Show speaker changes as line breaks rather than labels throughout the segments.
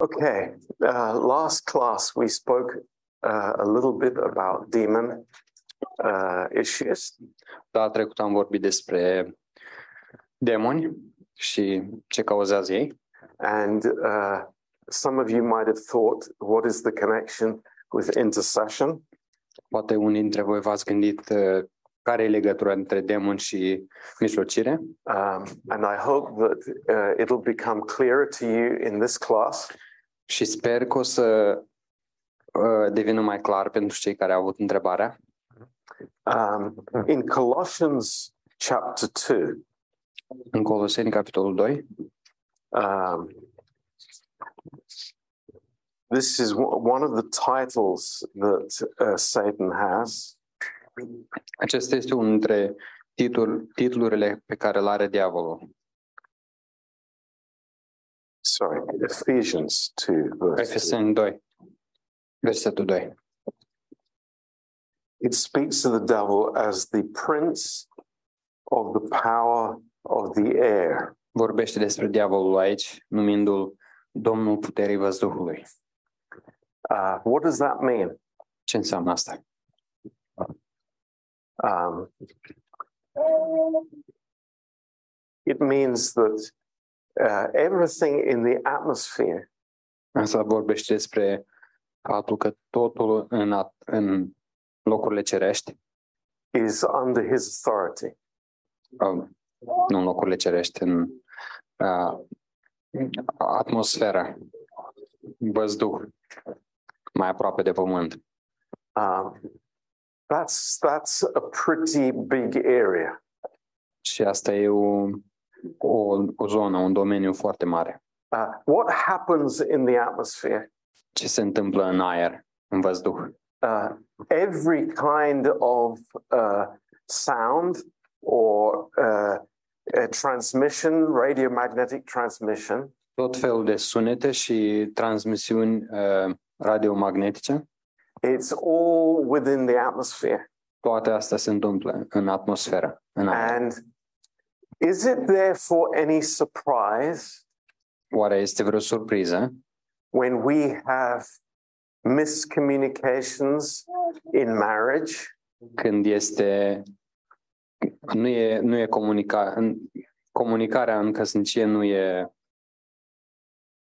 Okay, uh, last class we spoke uh, a little bit about demon uh, issues.
Data trecută am vorbit despre demoni și ce cauzează ei.
And uh, some of you might have thought, what is the connection with intercession?
Poate unii dintre voi v-ați gândit uh, care e legătura între demon și mijlocire
Um, and I hope that uh, it'll become clearer to you in this class.
și sper că o să uh, devină mai clar pentru cei care au avut întrebarea.
Um, in Colossians chapter 2,
În Coloseni, capitolul 2,
um, this is w- one of the titles that uh, Satan has.
acesta este unul dintre titlul, titlurile pe care le are diavolul.
Sorry, Ephesians 2, verse 2.
Efeseni 2, versetul 2.
It speaks of the devil as the prince of the power of the air.
Vorbește despre diavolul aici, numindu-l Domnul Puterii Văzduhului.
Uh, what does that mean?
Ce înseamnă asta?
Um, it means that uh, everything in the atmosphere
Asta vorbește despre faptul că totul în, at- în locurile cerești,
is under his authority.
uh, nu în locurile cerești, în uh, atmosferă, văzduh, mai aproape de pământ.
Um, that's that's a pretty big area,
Și asta e o, o, o zonă, un domeniu foarte mare.
Uh, what happens in the atmosphere?
Ce se întâmplă în aer, în văzduh?
uh, every kind of uh, sound or uh, uh, transmission, radiomagnetic transmission,
tot felul de sunete și transmisiuni uh, radiomagnetice.
it's all within the atmosphere.
Toate astea se întâmplă în atmosferă. În aer.
And is it therefore any surprise
Oare este vreo surpriză
when we have miscommunications in marriage?
când este nu e, nu e comunica, în, comunicarea în căsnicie nu e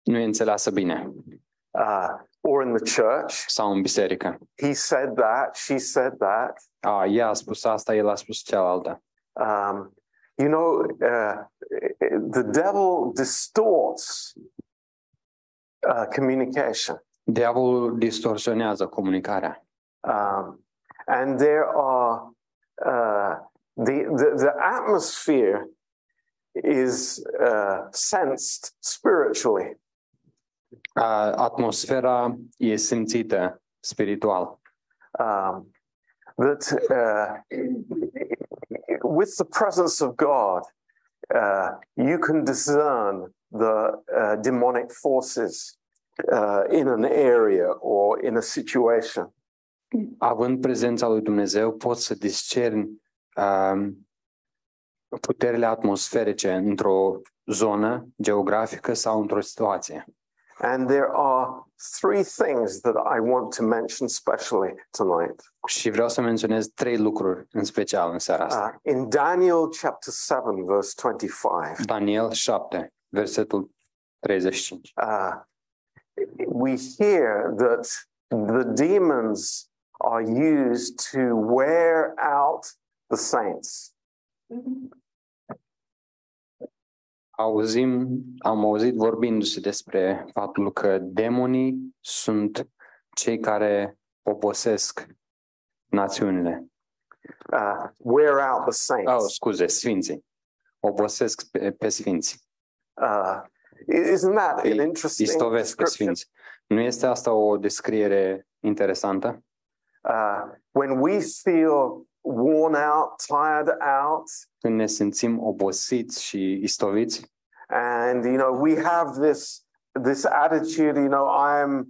nu e înțeleasă bine
Uh, or in the church,
sau în biserică.
he said that, she said that.
A, ea a spus asta, el a spus cealaltă.
Um, you know, uh, the devil distorts uh, communication.
Diavolul distorsionează comunicarea
Um, and there are, uh, the, the, the atmosphere is uh, sensed spiritually.
A, atmosfera e simțită spiritual.
Um, that uh, with the presence of God, uh, you can discern the uh, demonic forces uh, in an area or in a situation.
având prezența lui Dumnezeu, poți să discerni um, puterile atmosferice într-o zonă geografică sau într-o situație.
And there are three things that I want to mention specially tonight.
Și vreau să menționez trei lucruri în special în seara asta.
Uh, in Daniel chapter 7, verse 25,
Daniel 7, versetul 35.
uh, we hear that the demons are used to wear out the saints.
Auzim, am auzit vorbindu-se despre faptul că demonii sunt cei care obosesc națiunile.
Uh, wear out the
Oh,
saints.
scuze, sfinții. Obosesc pe, pe sfinți.
Uh, isn't that an
Ei
interesting
istovesc pe
description?
sfinți. Nu este asta o descriere interesantă?
Uh, when we feel worn out, tired out,
Când ne simțim obosiți și istoviți
and you know we have this this attitude you know i'm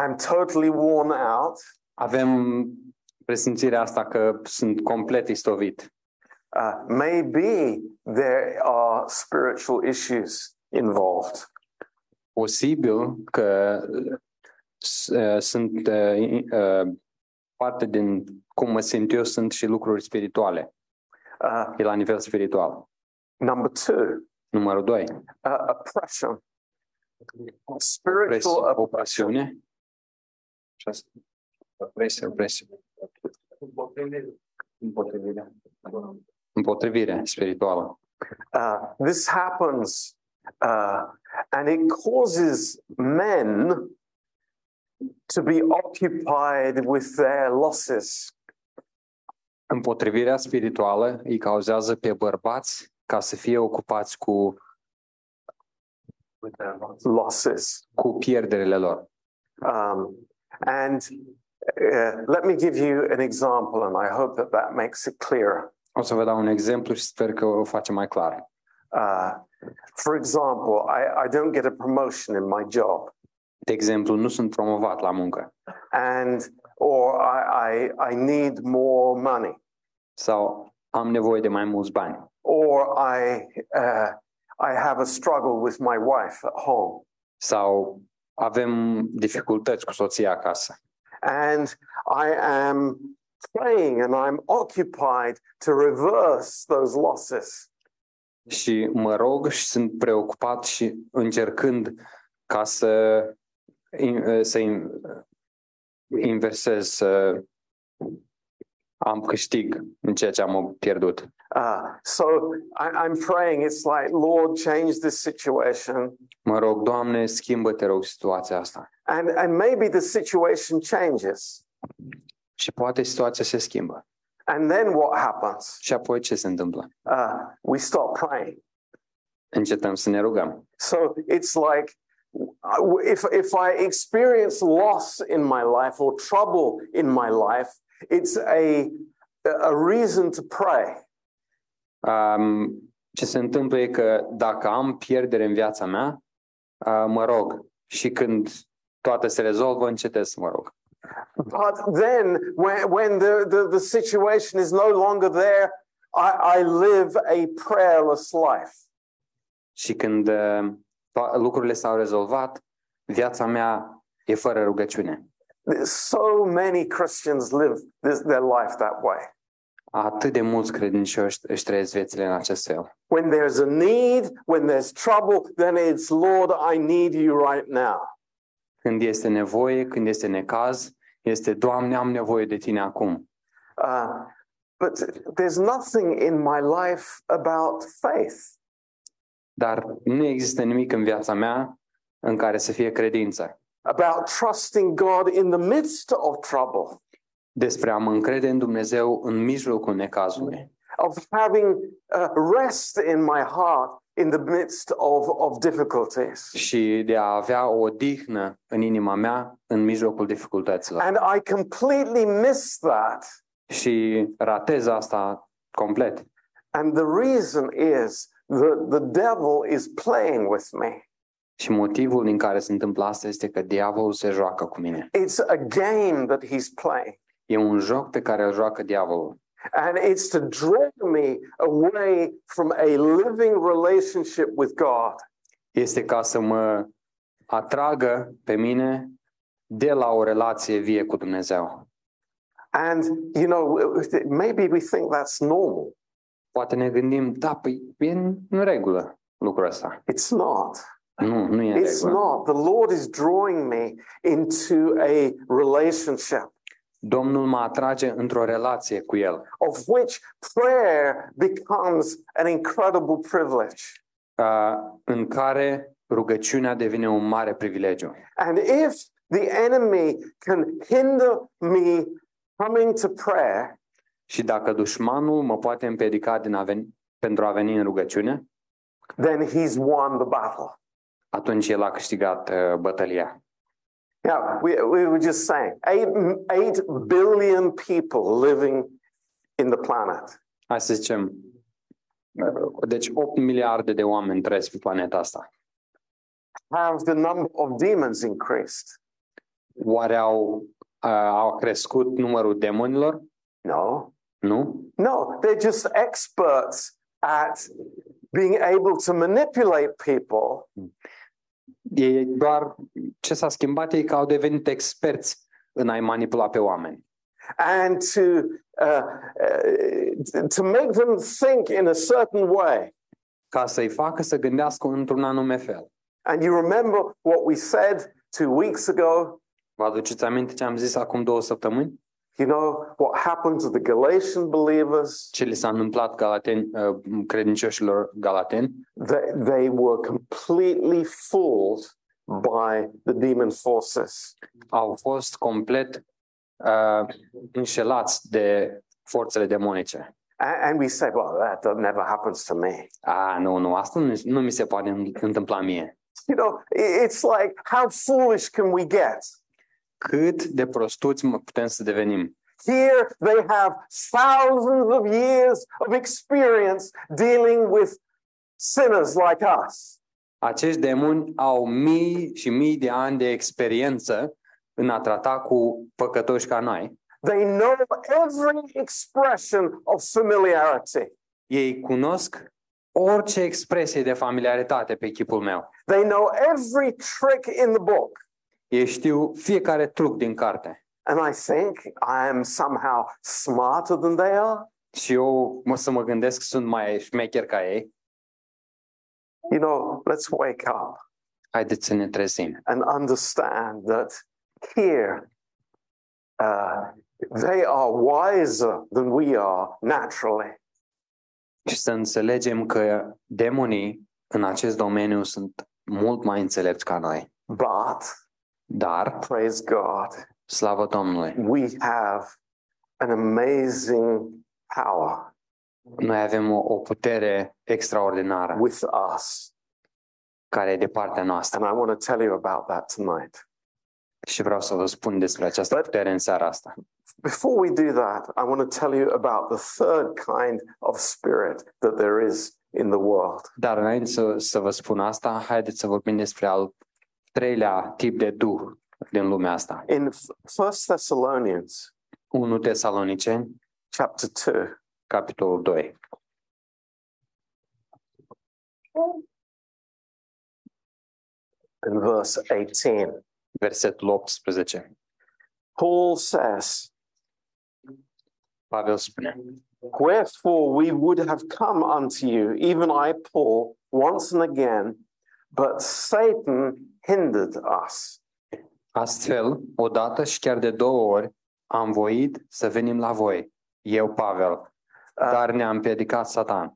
i'm totally worn out
avem presimțirea asta că sunt complet istovit.
uh, maybe there are spiritual issues involved
posibil că s- uh, sunt uh, in- uh, parte din cum mă simt eu sunt și lucruri spirituale,
Uh,
e la nivel spiritual.
number two,
Numărul 2,
uh, oppression. Spiritual
o pasiune. Opresie, opresie. Împotrivire. Împotrivire spirituală.
Uh, this happens, uh, and it causes men to be occupied with their losses.
Împotrivirea spirituală îi cauzează pe bărbați ca să fie ocupați cu,
Losses.
cu pierderile lor.
Um, and uh, let me give you an example, and I hope that that makes it clearer.
O să vă dau un exemplu și sper că o face mai clar.
Uh, for example, I, I don't get a promotion in my job,
De exemplu, nu sunt promovat la muncă
and or I, I, I need more money,
sau am nevoie de mai mulți bani
or I, uh, I have a struggle with my wife at home,
sau avem dificultăți cu soția acasă
and I am praying and I'm occupied to reverse those losses.
și mă rog și sunt preocupat și încercând ca să in- să in- inversez să am câștig în ceea ce am pierdut.
Uh, so I, I'm praying, it's like, Lord, change this situation.
Mă rog, Doamne, schimbă te rog situația asta.
And, and maybe the situation changes.
Și poate situația se schimbă.
And then what happens?
Și apoi ce se întâmplă?
Uh, we stop praying.
Încetăm să ne rugăm.
So it's like uh, if, if I experience loss in my life or trouble in my life, it's a, a reason to pray.
Um, ce se întâmplă e că dacă am pierdere în viața mea, uh, mă rog. Și când toate se rezolvă, încetez să mă rog.
But then when, when the, the, the situation is no longer there, I, I live a prayerless life.
Și când uh, to- lucrurile s-au rezolvat, viața mea e fără rugăciune.
So many Christians live this, their life that way.
Atât de mulți credincioși își trăiesc viețile în acest fel.
When there's a need, when there's trouble, then it's Lord, I need you right now.
Când este nevoie, când este necaz, este Doamne, am nevoie de Tine acum.
Uh, but there's nothing in my life about faith.
Dar nu există nimic în viața mea în care să fie credință.
About trusting God in the midst of trouble,
Despre a mă încrede în Dumnezeu în mijlocul necazului.
of having uh, rest in my heart in the midst of, of difficulties.
și de a avea o odihnă în inima mea în mijlocul dificultăților.
And I completely miss that.
Și ratez asta complet.
And the reason is that the devil is playing with me.
Și motivul din care se întâmplă asta este că diavolul se joacă cu mine.
It's a game that he's playing.
E un joc pe care îl joacă diavolul.
And it's to draw me away from a living relationship with God.
Este ca să mă atragă pe mine de la o relație vie cu Dumnezeu.
And, you know, maybe we think that's normal.
Poate ne gândim, da, păi e în în regulă lucrul ăsta.
It's not.
Nu, nu e în
It's
regulă.
not. The Lord is drawing me into a relationship
Domnul mă atrage într-o relație cu El.
of which prayer becomes an incredible privilege.
uh, în care rugăciunea devine un mare privilegiu.
And if the enemy can hinder me coming to prayer,
Și dacă dușmanul mă poate împiedica din a veni, pentru a veni în rugăciune,
then he's won the battle.
atunci el a câștigat uh, bătălia.
Yeah, we, we were just saying, eight, eight billion people living in the planet.
Hai să zicem, uh, deci 8 miliarde de oameni trăiesc pe planeta asta.
Have the number of demons increased?
Oare au, uh, au crescut numărul demonilor?
No.
Nu.
No, they're just experts at being able to manipulate people
E doar ce s-a schimbat e că au devenit experți în a-i manipula pe oameni.
and to uh, uh, to make them think in a certain way.
ca să-i facă să gândească într-un anume fel.
And you remember what we said two weeks ago.
Vă aduceți aminte ce am zis acum două săptămâni?
You know what happened to the Galatian believers?
Ce li s-a întâmplat galaten, uh, credincioșilor galateni?
They, they were completely fooled by the demon forces.
Au fost complet uh, înșelați de forțele demonice.
And, and we say, well, that, that never happens to me.
A, nu, nu, asta nu, nu mi se poate întâmpla mie.
You know, i- it's like, how foolish can we get?
Cât de prostuți mă putem să devenim?
Here they have thousands of years of experience dealing with sinners like us.
Acești demoni au mii și mii de ani de experiență în a trata cu păcătoși ca noi.
They know every expression of familiarity.
Ei cunosc orice expresie de familiaritate pe chipul meu.
They know every trick in the book.
Ei știu fiecare truc din carte.
And I think I am somehow smarter than they are.
Și eu mă să mă gândesc sunt mai șmecher ca ei.
You know, let's wake up
Haideți să ne trezim.
and understand that here uh, they are wiser than we are naturally.
Și să înțelegem că demonii în acest domeniu sunt mult mai înțelepți ca noi.
But
Dar,
praise God,
slavă Domnului,
we have an amazing power
noi avem o, o putere extraordinară
with us.
care e de partea noastră.
And I want to tell you about that tonight.
Și vreau să vă spun despre această
But-
putere în seara asta.
Before we do that, I want to tell you about the third kind of spirit that there is in the world.
Dar înainte să, să vă spun asta, haideți să vorbim despre al treilea tip de duh din lumea asta.
In First Thessalonians
1 Tesaloniceni,
chapter 2,
capitolul 2.
and verse 18,
Versetul 18.
Paul says,
Pavel spune,
Wherefore we would have come unto you, even I, Paul, once and again, but Satan hindered us.
astfel, odată și chiar de două ori, am voit să venim la voi, eu, Pavel, dar ne-a împiedicat Satan.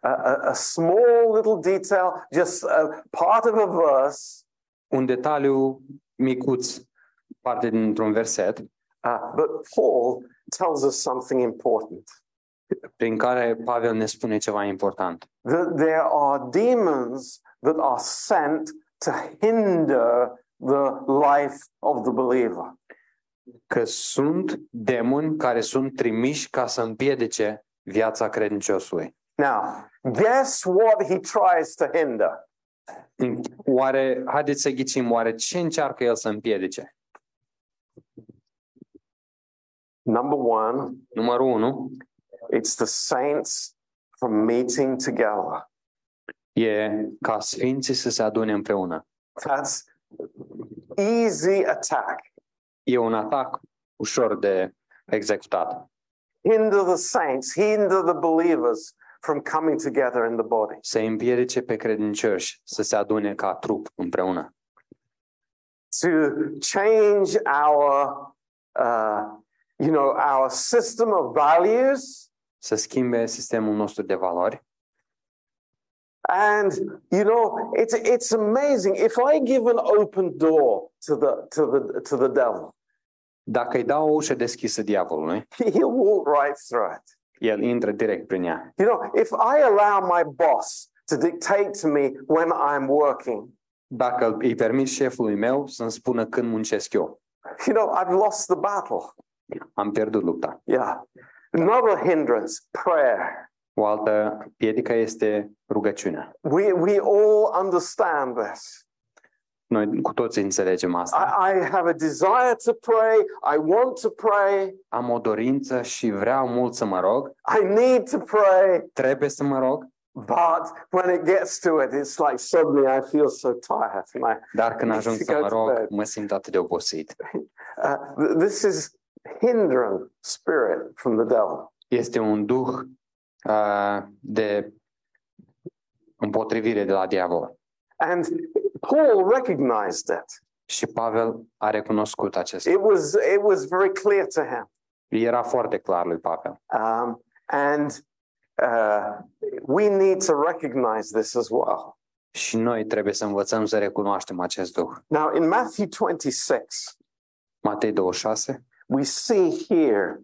A, a- a small little detail, just a part of a verse,
Un detaliu micuț, parte dintr-un verset,
uh, but Paul tells us something important.
prin care Pavel ne spune ceva important.
that there are demons that are sent to hinder the life of the believer.
că sunt demoni care sunt trimiși ca să împiedice viața credinciosului.
Now, guess what he tries to hinder?
Oare, haideți să ghicim, oare ce încearcă el să împiedice?
Number one,
Numărul unu
it's the saints from meeting together.
e ca sfinții să se adune împreună.
That's easy attack.
E un atac ușor de executat.
Hinder the saints, hinder the believers from coming together in the body.
Să îi împiedice pe credincioși să se adune ca trup împreună.
to change our, uh, you know, our system of values
Să schimbe sistemul nostru de valori.
And you know, it's it's amazing. If I give an open door to the to the to the devil,
Dacă îi dau o ușă deschisă diavolului,
he'll walk right through it.
el intră direct prin ea.
You know, if I allow my boss to dictate to me when I'm working,
dacă îi permit șefului meu să-mi spună când muncesc eu.
you know, I've lost the battle.
Am pierdut lupta.
Yeah. Another hindrance, prayer.
O altă piedică este rugăciunea.
We we all understand this.
Noi cu toții înțelegem asta.
I, I have a desire to pray. I want to pray.
Am o dorință și vreau mult să mă rog,
I need to pray,
trebuie să mă rog,
But when it gets to it, it's like suddenly I feel so tired. And I,
Dar când ajung să mă
Exact.
rog, mă simt atât de obosit.
uh, th- this is hindering spirit from the devil.
Este un duh uh, de împotrivire de la diavol.
And Paul recognized it.
Și Pavel a recunoscut acest lucru.
It was, it was very clear to him.
Era foarte clar lui Pavel.
Um, and uh, we need to recognize this as well.
Și noi trebuie să învățăm să recunoaștem acest duh.
Now, in Matthew 26,
Matei 26
we see here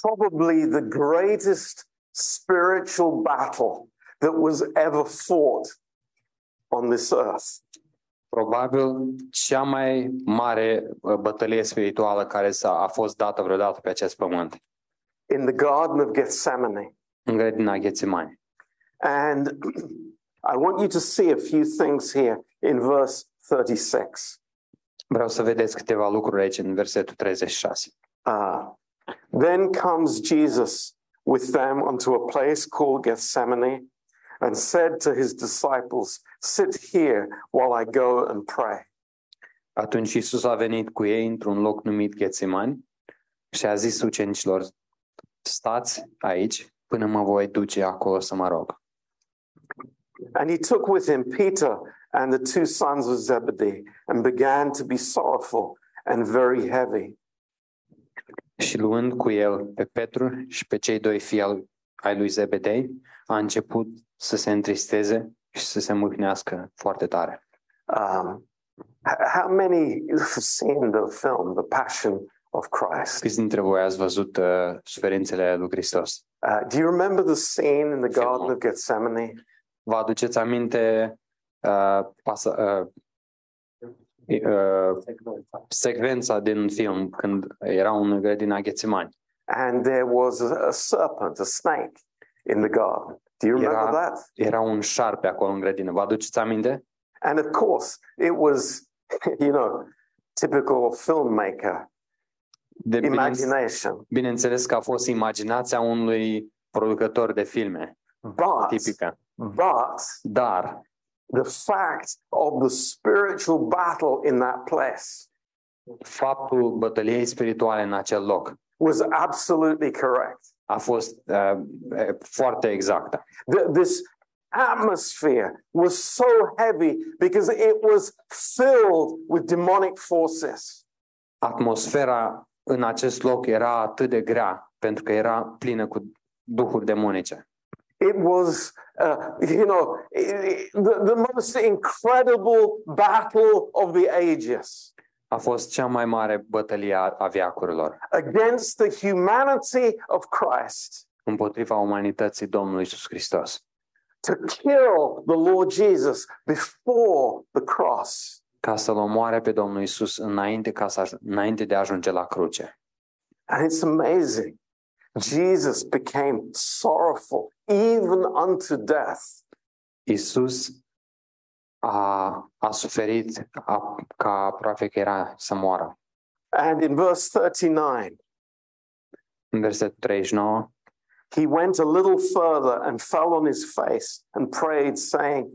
probably the greatest spiritual battle that was ever fought on this earth.
probabil cea mai mare uh, bătălie spirituală care s-a a fost dată vreodată pe acest pământ,
in the Garden of Gethsemane.
în grădina Ghețimani.
And I want you to see a few things here in verse 36.
Vreau să vedeți câteva lucruri aici în versetul 36.
Uh, then comes Jesus with them unto a place called Gethsemane and said to his disciples, Sit here while I go and pray.
Atunci Isus a venit cu ei într-un loc numit Ghețimani și a zis ucenicilor, stați aici până mă voi duce acolo să mă rog.
And he took with him Peter and the two sons of Zebedee and began to be sorrowful and very heavy.
Și luând cu el pe Petru și pe cei doi fii al- ai lui Zebedei, a început să se întristeze și să se mâhnească foarte tare.
Um, h- how many have seen the film, The Passion of Christ?
Câți dintre voi ați văzut uh, suferințele lui Hristos?
Uh, do you remember the scene in the Garden
Film.
of Gethsemane?
Vă aduceți aminte uh, pasă, uh, uh, secvența din film când erau în grădina Ghețimani.
And there was a, a serpent, a snake in the garden. Do you remember
Yeah.
that?
Era un șarpe acolo în grădină. Vă aduceți aminte?
And of course, it was, you know, typical filmmaker
De bine,
imagination.
bineînțeles că a fost imaginația unui producător de filme
But,
tipică.
but
Dar
the fact of the spiritual battle in that place
faptul bătăliei spirituale în acel loc
was absolutely correct.
a fost uh, foarte exactă.
Th- this atmosphere was so heavy because it was filled with demonic forces.
Atmosfera în acest loc era atât de grea pentru că era plină cu duhuri demonice.
It was, uh, you know, i- i- the, the most incredible battle of the ages
A fost cea mai mare bătălie a, a veacurilor
against the humanity of Christ
împotriva umanității Domnului Isus Hristos,
to kill the Lord Jesus before the cross.
ca să-L omoare pe Domnul Isus înainte, ca să, aj- înainte de a ajunge la cruce.
And it's amazing. Jesus became sorrowful even unto death.
Isus a, a suferit a, ca aproape că era să moară.
And in verse 39,
În versetul 39,
he went a little further and fell on his face and prayed, saying,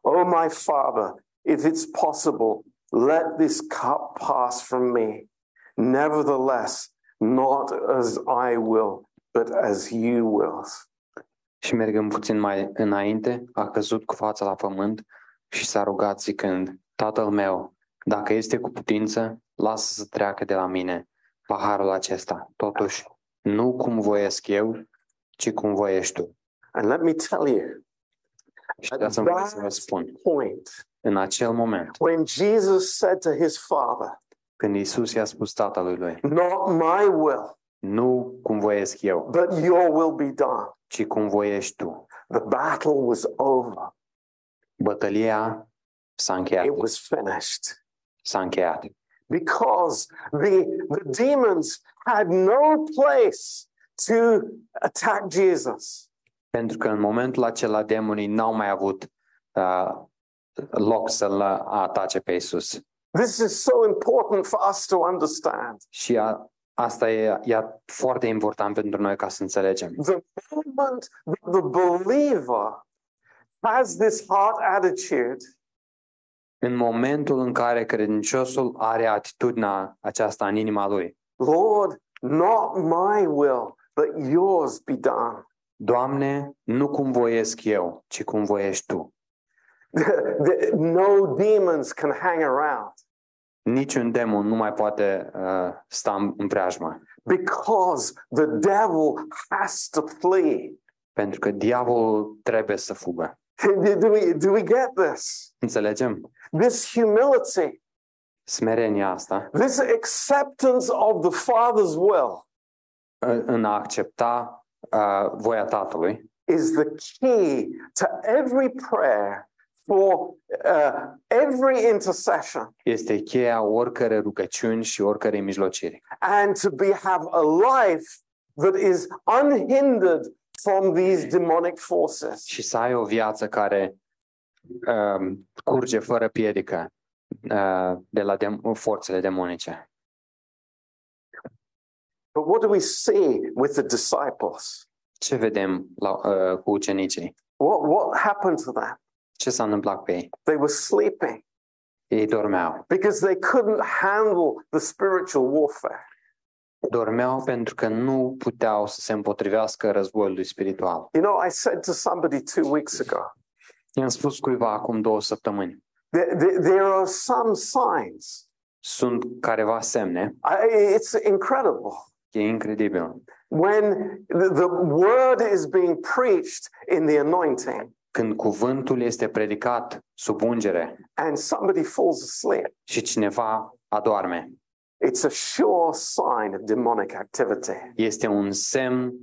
Oh, my Father, if it's possible, let this cup pass from me. Nevertheless, not as I will, but as you will.
Și mergând puțin mai înainte, a căzut cu fața la pământ și s-a rugat zicând, Tatăl meu, dacă este cu putință, lasă să treacă de la mine paharul acesta. Totuși, nu cum voiesc eu, ci cum voiești tu.
And let me tell you,
Și dați-mi voie să vă spun,
point,
în acel moment,
when Jesus said to his Father,
când Isus i-a spus tatălui lui,
Not my will,
nu cum voiesc eu,
but your will be done,
ci cum voiești tu,
the battle was over,
bătălia s-a încheiat.
it was finished.
S-a încheiat.
because the, the demons had no place to attack Jesus.
Pentru că în momentul acela demonii n-au mai avut uh, loc să-l atace pe Isus.
This is so important for us to understand.
Și a, Asta e, e foarte important pentru noi ca să înțelegem.
The moment that the believer has this heart attitude,
În momentul în care credinciosul are atitudinea aceasta în inima lui,
Lord, not my will, but yours be done.
Doamne, nu cum voiesc eu, ci cum voiești Tu.
That no demons can hang around
Niciun demon nu mai poate uh, sta în în preajmă,
because the devil has to flee.
pentru că diavolul trebuie să fugă.
Do we, do we get this?
Înțelegem?
This humility,
Smerenia asta
this acceptance of the Father's will
în în a accepta uh, voia Tatălui
is the key to every prayer for uh, every intercession
este cheia oricărei rugăciuni și oricărei mijlociri.
and to be have a life that is unhindered from these demonic forces.
Și să ai o viață care uh, curge fără piedică uh, de la dem- forțele demonice.
But what do we see with the disciples?
Ce vedem la, uh, cu ucenicii?
What, what happened to them?
Ce s-a întâmplat cu ei?
They were sleeping
Ei dormeau.
because they couldn't handle the spiritual warfare.
Dormeau pentru că nu puteau să se împotrivească războiului spiritual.
You know, I said to somebody two weeks ago,
I-am spus cuiva acum două săptămâni.
there, there, there are some signs.
Sunt careva semne,
I, it's incredible.
e incredibil,
When the, the word is being preached in the anointing
când cuvântul este predicat sub ungere
and somebody falls asleep,
și cineva adorme,
it's a sure sign of demonic activity.
este un semn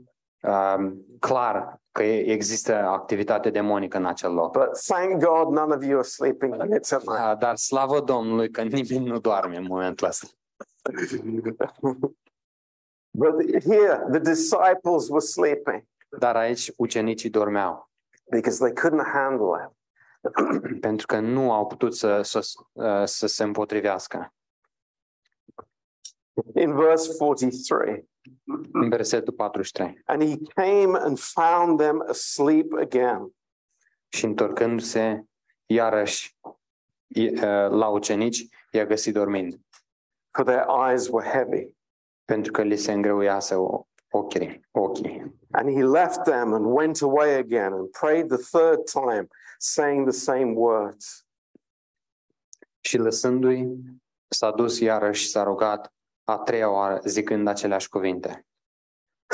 um, clar că e- există activitate demonică în acel loc.
But thank God none of you are sleeping here tonight.
Da, Dar slavă Domnului că nimeni nu doarme în momentul ăsta.
But here, the disciples were sleeping
Dar aici ucenicii dormeau
because they couldn't handle it.
pentru că nu au putut să, să, uh, să se împotrivească.
In verse 43,
În versetul 43.
and he came and found them asleep again.
Și întorcându-se iarăși i- uh, la ucenici, i-a găsit dormind.
for their eyes were heavy.
pentru că li se îngreuiase o- ochii. ochii.
And he left them and went away again and prayed the third time, saying the same words.
Și lăsându-i, s-a dus iarăși și s-a rugat a treia oară, zicând aceleași cuvinte.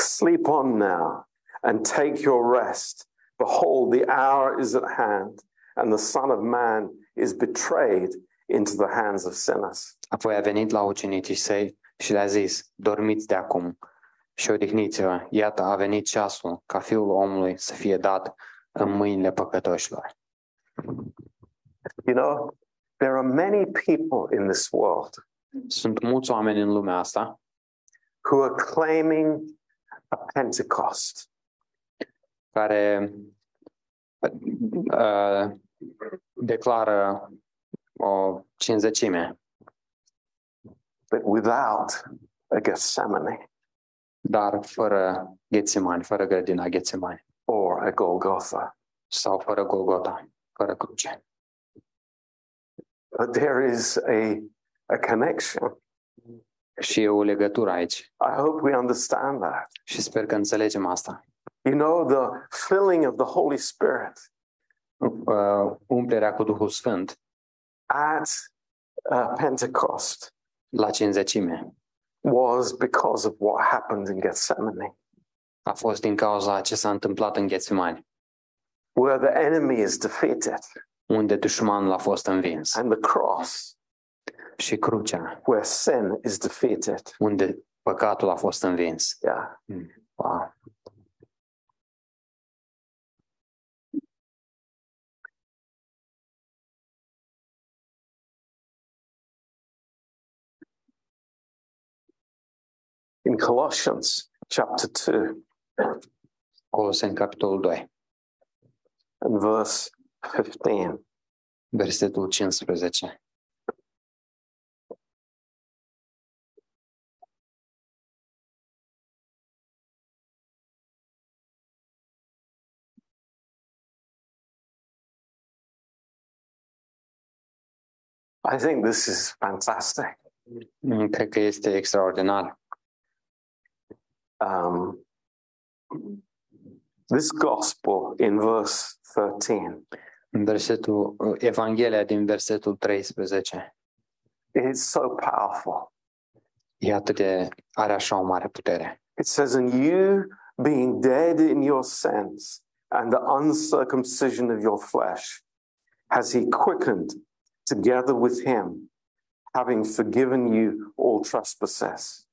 Sleep on now and take your rest. Behold, the hour is at hand, and the Son of Man is betrayed into the hands of sinners.
Apoi a venit la ucenicii săi și le-a zis, dormiți de acum și odihniți-vă, iată a venit ceasul ca fiul omului să fie dat în mâinile păcătoșilor.
You know, there are many people in this world
Sunt mulți oameni în lumea asta
who are claiming a Pentecost.
care uh, declară o cinzecime,
But without a Gethsemane
dar fără ghețimani, fără grădina ghețimani
or a Golgotha,
sau fără Golgota, fără cruce.
But there is a, a connection.
Și e o legătură aici
I hope we understand that.
și sper că înțelegem asta.
You know, the filling of the Holy Spirit
Uh, umplerea cu Duhul Sfânt
at uh, Pentecost
la cinzecime
was because of what happened in Gethsemane,
a fost din cauza ce s-a întâmplat în Ghețimani,
where the enemy is defeated,
unde dușmanul a fost învins
and the cross,
și crucea,
where sin is defeated.
unde păcatul a fost învins.
Yeah.
Wow.
In Colossians chapter 2
Coloseni, capitolul 2,
and verse 15,
versetul 15.
I think this is fantastic.
Mm, Cred că este extraordinar.
Um, this gospel in verse 13,
În versetul, uh, Evanghelia din versetul 13
it's so powerful.
e atât de, are așa o mare putere.
It says, And you, being dead in your sins and the uncircumcision of your flesh, has he quickened together with him, having forgiven you all trespasses.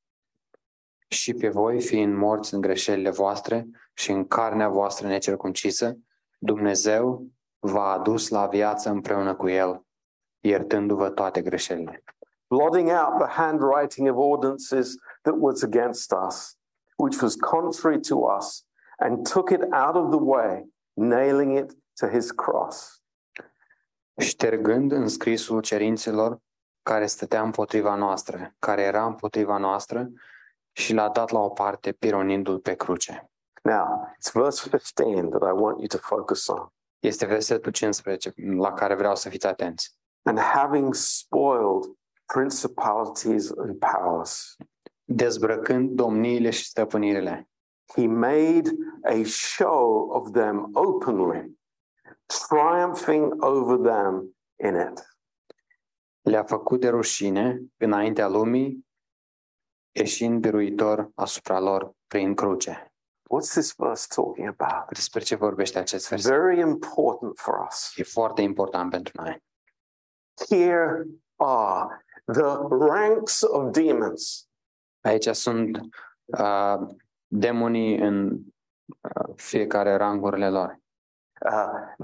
Și pe voi, fiind morți în greșelile voastre și în carnea voastră necircuncisă, Dumnezeu v-a adus la viață împreună cu El, iertându-vă toate greșelile.
blotting out the handwriting of ordinances that was against us, which was contrary to us, and took it out of the way, nailing it to his cross.
ștergând în scrisul cerințelor care stătea împotriva noastră, care era împotriva noastră și l-a dat la o parte pironindu-l pe cruce.
Now, it's verse 15 that I want you to focus on.
Este versetul 15 la care vreau să fiți atenți.
And having spoiled principalities and powers,
Dezbrăcând domniile și stăpânirile,
he made a show of them openly, triumphing over them in it.
le-a făcut de rușine înaintea lumii, ieșind biruitor asupra lor prin cruce.
What's this verse talking about?
Despre ce vorbește acest
It's
verset?
very important for us.
E foarte important pentru noi.
here are the ranks of demons
Aici sunt uh, demonii în uh, fiecare rangurile lor.
uh,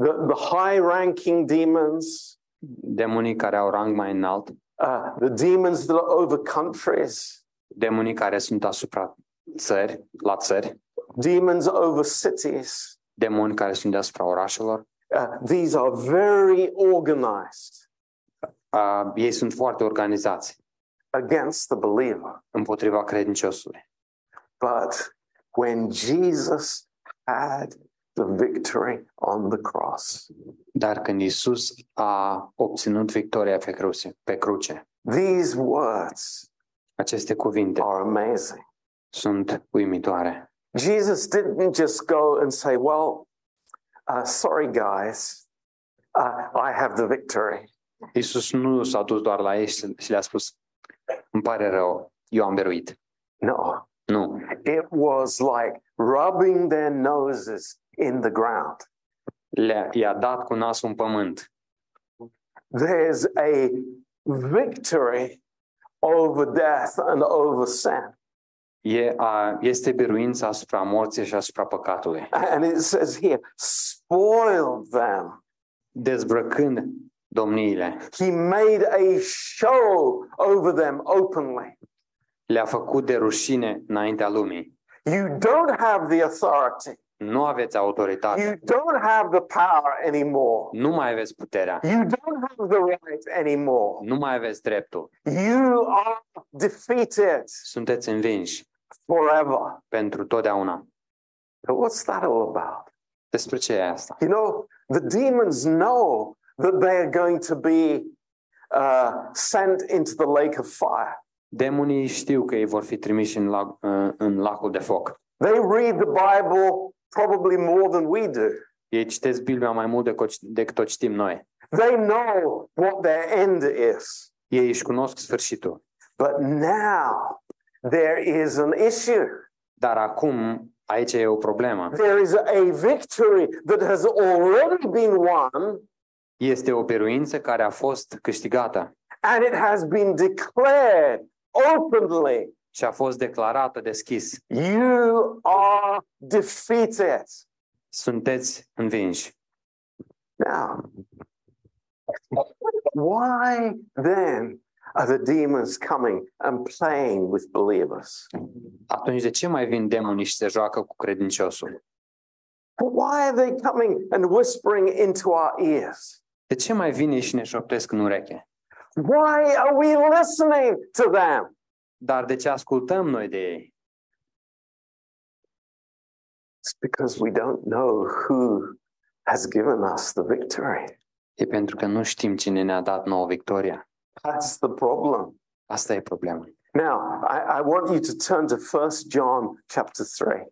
the, the high ranking demons,
Demonii care au rang mai înalt,
uh, the demons that are over countries,
demonii care sunt asupra țări, la țări,
demons over cities.
demoni care sunt deasupra orașelor.
Uh, these are very organized
Uh, ei sunt foarte organizați
against the believer.
împotriva credinciosului.
But when Jesus had the victory on the cross,
Dar când Isus a obținut victoria pe cruce, pe cruce
these words
aceste cuvinte
are amazing.
sunt uimitoare.
Jesus didn't just go and say, Well, uh, sorry, guys, uh, I have the victory.
Isus nu s-a dus doar la ei și și le-a spus, îmi pare rău, eu am beruit.
No,
Nu,
it was like rubbing their noses in the ground.
le, i-a dat cu nasul în pământ.
There's a victory over death and over sin.
E, a, este biruința asupra morții și asupra păcatului.
And it says here, spoiled them.
Dezbrăcând domniile,
He made a show over them openly.
le-a făcut de rușine înaintea lumii.
You don't have the authority.
Nu aveți autoritate,
You don't have the power anymore.
nu mai aveți puterea,
You don't have the right anymore.
nu mai aveți dreptul.
You are defeated
Sunteți învinși
forever.
pentru totdeauna.
But what's that all about?
Despre ce e asta?
You know, the demons know that they are going to be uh, sent into the lake of fire.
Demonii știu că ei vor fi trimiși în, lac, în- în lacul de foc.
They read the Bible probably more than we do.
Ei citesc Biblia mai mult deco- decât o citim noi.
They know what their end is.
Ei își cunosc sfârșitul.
But now there is an issue.
Dar acum, aici e o problemă.
There is a victory that has already been won.
Este o biruință care a fost câștigată
and it has been declared openly
și a fost declarată deschis.
you are defeated.
Sunteți învinși.
Now, why then are the demons coming and playing with believers?
Atunci de ce mai vin demonii și se joacă cu credinciosul?
Why are they coming and whispering into our ears?
De ce mai vin ei și ne șoptesc în ureche?
Why are we listening to them?
Dar de ce ascultăm noi de ei?
It's because we don't know who has given us the victory.
E pentru că nu știm cine ne-a dat nouă victoria.
That's the problem.
Asta e problema.
Now, I, I want you to turn to 1 John chapter 3,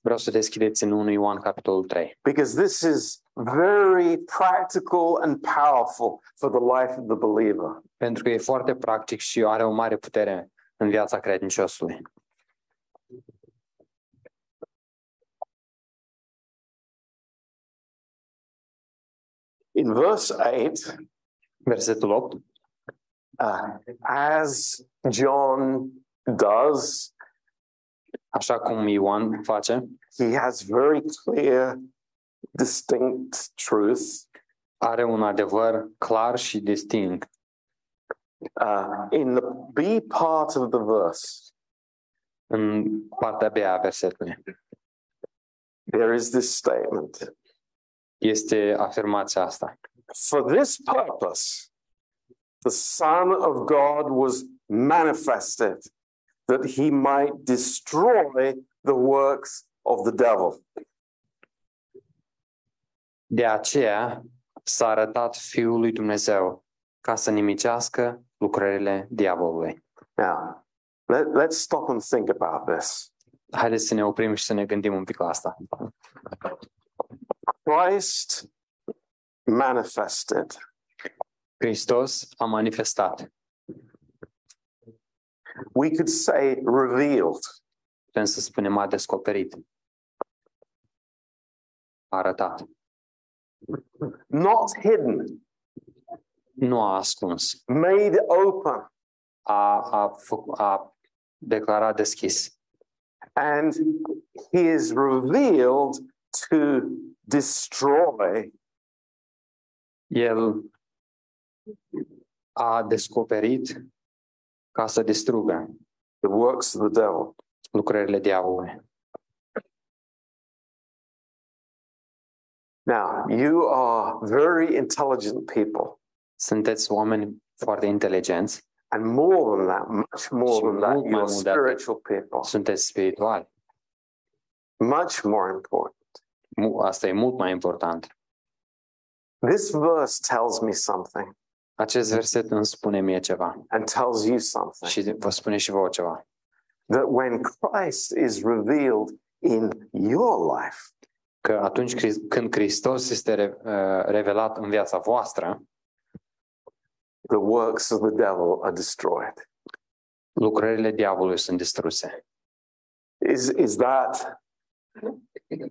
Vreau să deschideți în 1 Ioan capitolul 3,
because this is very practical and powerful for the life of the believer.
pentru că e foarte practic și are o mare putere în viața credinciosului.
In verse 8,
Versetul 8,
uh, as John does,
așa cum Ioan face,
he has very clear, distinct truth.
are un adevăr clar și distinct.
Uh, in the B part of the verse,
În partea B a versetului
there is this statement
este afirmația asta.
For this purpose, the Son of God was manifested that he might destroy the works of the devil.
De aceea s-a arătat Fiul lui Dumnezeu ca să nimicească lucrările diavolului.
Now, let, let's stop and think about this.
Haideți să ne oprim și să ne gândim un pic la asta.
Christ manifested.
Hristos a manifestat,
We could say revealed.
putem să spunem a descoperit, a arătat,
not hidden,
nu a ascuns,
made open.
a, a, fă- a declarat deschis
And he is revealed to destroy
El a descoperit ca să distrugă
the works of the devil.
lucrările diavolului.
Now, you are very intelligent people,
Sunteți oameni foarte inteligenți,
and more than that, much more than that, you are spiritual people.
sunteți spirituali.
Much more important.
Mu- Asta e mult mai important.
This verse tells me something
Acest verset îmi spune mie ceva
and tells you something
și vă spune și vouă ceva.
that when Christ is revealed in your life,
Că atunci cri- când Hristos este re- uh, revelat în viața voastră,
the works of the devil are destroyed.
lucrările diavolului sunt distruse.
Is, is that, does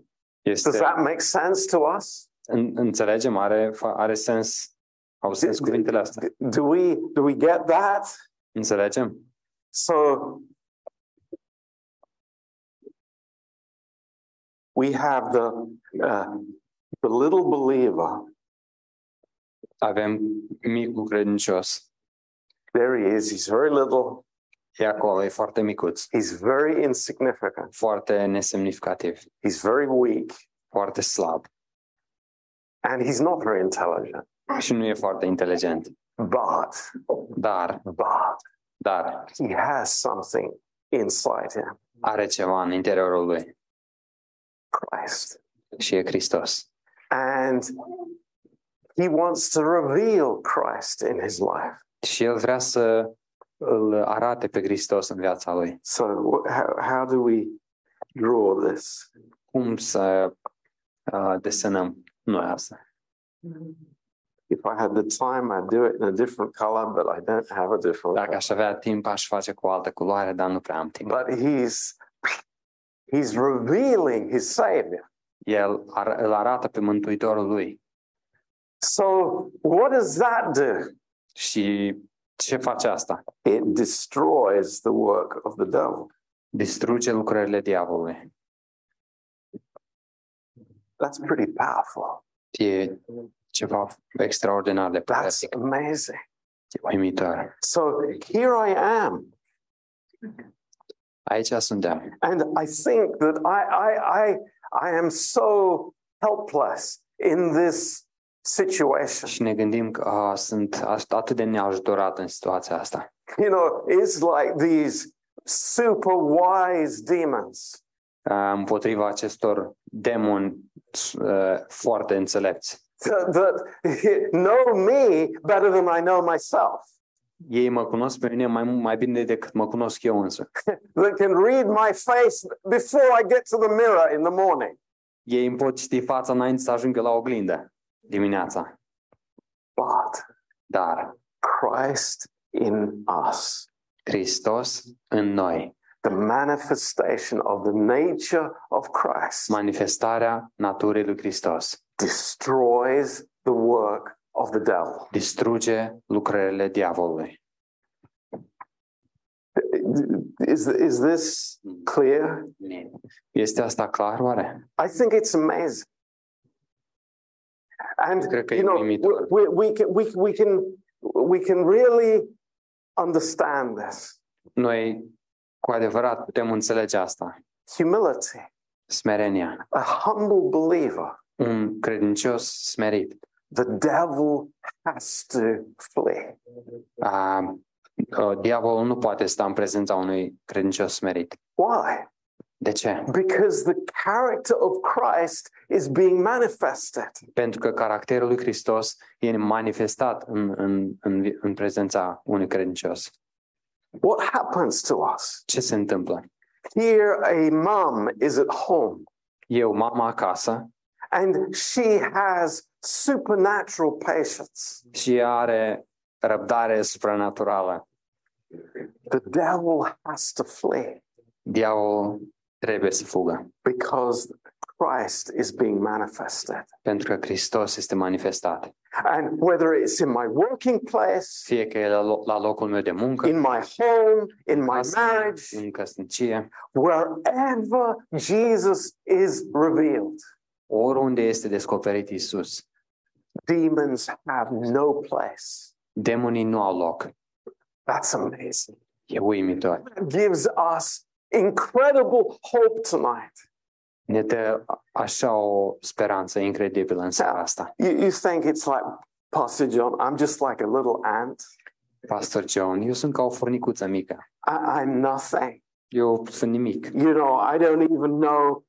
Este,
that make sense to us?
în, înțelegem, are, fa- are sens, au sens cuvintele astea.
Do we, do we get that?
Înțelegem?
So we have the, uh, the little believer.
Avem micul credincios.
There he is. He's very little.
E acolo, e foarte micuț,
He's very insignificant.
foarte nesemnificativ,
He's very weak.
foarte slab
And he's not very intelligent.
și nu e foarte inteligent.
But,
Dar,
but
dar,
he has something inside him
are ceva în interiorul lui
Christ.
și e Hristos.
And he wants to reveal Christ in his life.
Și el vrea să îl arate pe Hristos în viața lui.
So, wh- how, how do we draw this?
Cum să uh, desenăm noi asta?
Mm-hmm. If I had the time, I'd do it in a different color, but I don't have a different
Dacă
color.
aș avea timp, aș face cu o altă culoare, dar nu prea am timp.
But he's he's revealing his savior.
El ar, îl arată pe Mântuitorul lui.
So what does that do?
Și ce face asta?
It destroys the work of the devil.
Distruge lucrările diavolului.
That's pretty powerful.
E ceva extraordinar de
That's
puternic,
amazing.
e uimitor.
So here I am.
Aici suntem.
And I think that I I I, I am so helpless in this situation.
Și ne gândim că a, sunt at- atât de neajutorat în situația asta.
You know, it's like these super wise demons.
uh, împotriva acestor demoni uh, foarte înțelepți
that, that know me better than I know myself,
Ei mă cunosc pe mine mai, mai bine decât mă cunosc eu însă.
that can read my face before I get to the mirror in the morning.
Ei îmi pot citi fața înainte să ajungă la oglindă dimineața.
But
Dar
Christ in us,
Hristos în noi,
the manifestation of the nature of Christ,
manifestarea naturii lui Hristos,
destroys the work of the devil.
distruge lucrările diavolului.
Is, is this clear?
Este asta clar oare?
I think it's amazing. And
Cred că e
you know,
uimitor.
we, we, can, we, we can we can really understand this
Noi cu adevărat putem înțelege asta.
humility,
Smerenia.
a humble believer.
Un credincios smerit.
The devil has to flee.
A, a, diavolul nu poate sta în prezența unui credincios smerit.
Why?
De ce?
Because the character of Christ is being manifested.
Pentru că caracterul lui Hristos e manifestat în, în, în, în prezența unui credincios.
What happens to us?
Ce se întâmplă?
Here, a mum is at home
Eu, mama acasă,
and she has supernatural patience.
și ea are răbdare supranaturală.
The devil has to flee.
Diavolul trebuie să fugă,
because Christ is being manifested.
pentru că Hristos este manifestat.
And whether it's in my working place,
Fie că e la, lo- la locul meu de muncă,
in my home, in my
acasă,
marriage,
în căsnicie,
wherever Jesus is revealed,
oriunde este descoperit Isus,
demons have no place.
demonii nu au loc.
That's amazing.
E uimitor.
That gives us incredible hope tonight.
Ne dă așa o speranță incredibilă în seara asta.
You, you think it's like, Pastor John, I'm just like a little ant.
Pastor John, eu sunt ca o furnicuță mică.
I, I'm nothing.
Eu sunt nimic.
you know, I don't even know,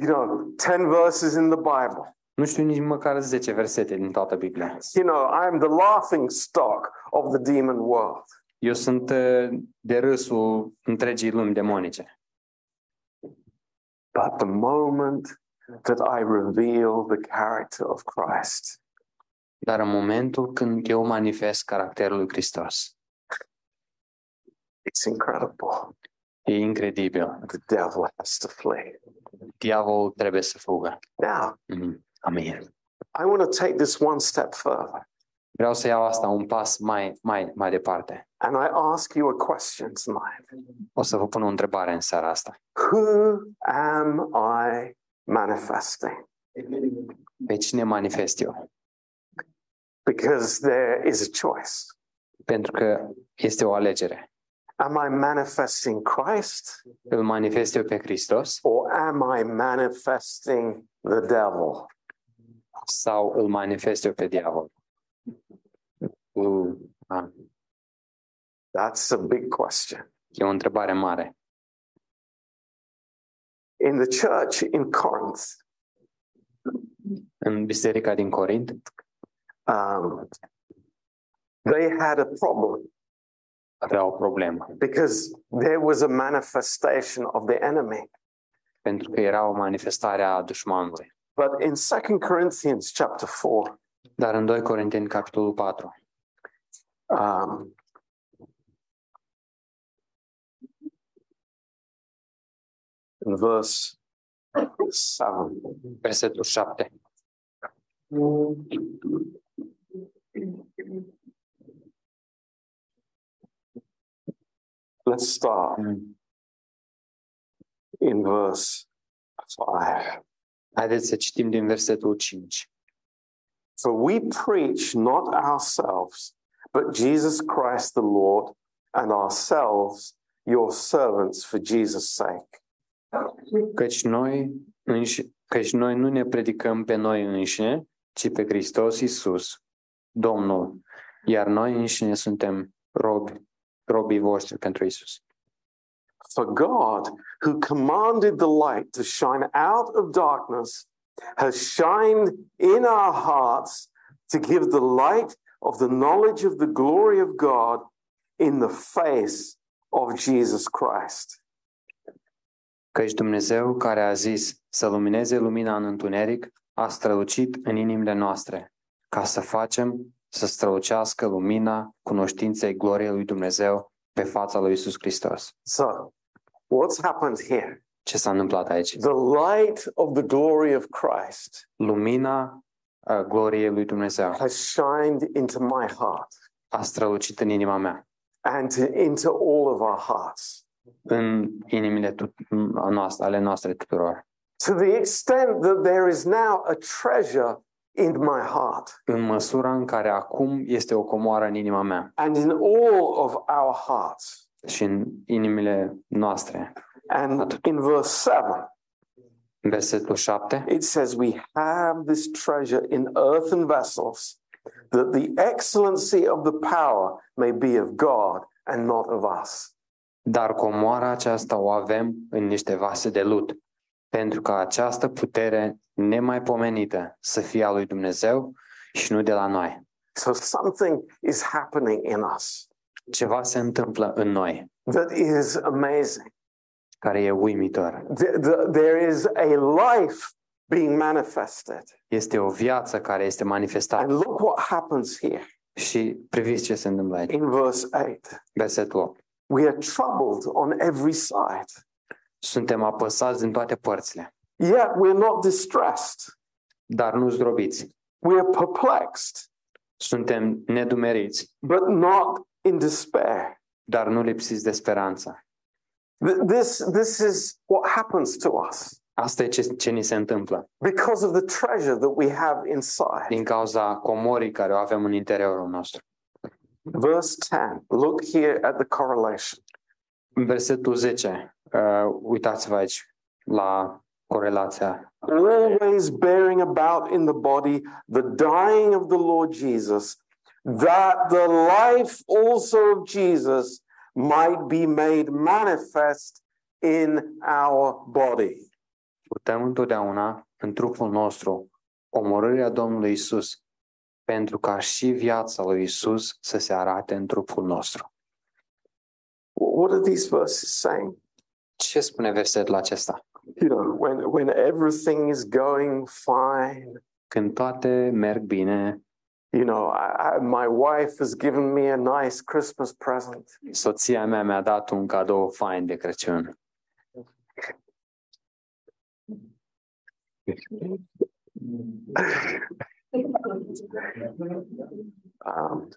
you know, 10 verses in the Bible.
Nu știu nici măcar 10 versete din toată Biblia.
You know, I'm the laughing stock of the demon world.
Eu sunt eh, de râsul întregii lumi demonice.
But the moment that I reveal the character of Christ,
Dar în momentul când eu manifest caracterul lui Hristos,
it's incredible.
e incredibil.
The devil has to flee.
Diavolul trebuie să fugă.
Now,
Mm. Amin.
I want to take this one step further
Vreau să iau asta un pas mai, mai, mai departe.
and I ask you a question tonight
O să vă pun o întrebare în seara asta.
Who am I manifesting?
Pe cine manifest eu?
Because there is a choice.
Pentru că este o alegere.
Am I manifesting Christ?
Îl manifest eu pe Hristos
or am I manifesting the devil?
sau îl manifest eu pe diavol? Mm. Ah,
That's a big question.
E o întrebare mare.
In the church in Corinth,
În biserica din Corint
um, they had a problem
avea o problemă.
because there was a manifestation of the enemy.
pentru că era o manifestare a dușmanului.
But in 2 Corinthians chapter 4,
Dar în 2 Corinteni, capitolul 4,
um, in verse 7,
versetul 7,
let's start in verse 5.
haideți să citim din versetul 5.
For we preach not ourselves, but Jesus Christ the Lord, and ourselves your servants for Jesus' sake.
Căci noi, înși, căci noi nu ne predicăm pe noi înșine, ci pe Hristos Iisus, Domnul, iar noi înșine suntem robi, robii voștri pentru Iisus.
For God, who commanded the light to shine out of darkness, has shined in our hearts to give the light of the knowledge of the glory of God in the face of Jesus Christ.
Căci Dumnezeu care a zis să lumineze lumina în întuneric, a strălucit în inimile noastre, ca să facem să strălucească lumina cunoștinței gloriei lui Dumnezeu pe fața lui Isus Hristos.
So, what's happened here?
Ce s-a întâmplat aici?
The light of the glory of Christ
Lumina uh, gloriei lui Dumnezeu
has shined into my heart
a strălucit în inima mea,
and to- into all of our hearts
în inimile tut- a noastră, ale noastre tuturor,
to the extent that there is now a treasure in my heart
în măsura în care acum este o comoară în inima mea
and in all of our hearts.
și în inimile noastre.
And in verse 7,
În Versetul 7
it says, We have this treasure in earthen vessels, that the excellency of the power may be of God and not of us.
Dar comoara aceasta o avem în niște vase de lut, pentru ca această putere nemaipomenită să fie a lui Dumnezeu și nu de la noi.
So something is happening in us
Ceva se întâmplă în noi,
that is amazing.
care e uimitor.
Th- th- There is a life being manifested.
Este o viață care este manifestată.
And look what happens here
Și priviți ce se întâmplă aici.
in verse 8.
Versetul 8.
We are troubled on every side,
Suntem apăsați din toate părțile,
yet we're not distressed.
dar nu zdrobiți.
We're perplexed,
Suntem nedumeriți,
but not in despair.
dar nu lipsiți de speranță.
Th- This, this is what happens to us
Asta e ce, ce ni se întâmplă
because of the treasure that we have inside.
din cauza comorii care o avem în interiorul nostru.
Verse 10, look here at the correlation.
În versetul 10, uh, uitați-vă aici la corelația.
Always bearing about in the body the dying of the Lord Jesus, that the life also of Jesus might be made manifest in our body.
Purtăm întotdeauna în trupul nostru omorârea Domnului Isus, pentru ca și viața lui Isus să se arate în trupul nostru.
What are these verses saying?
Ce spune versetul acesta?
You know, when, when everything is going fine,
Când toate merg bine,
you know, I, I, my wife has given me a nice Christmas present.
soția mea mi-a dat un cadou fain de Crăciun.
Um,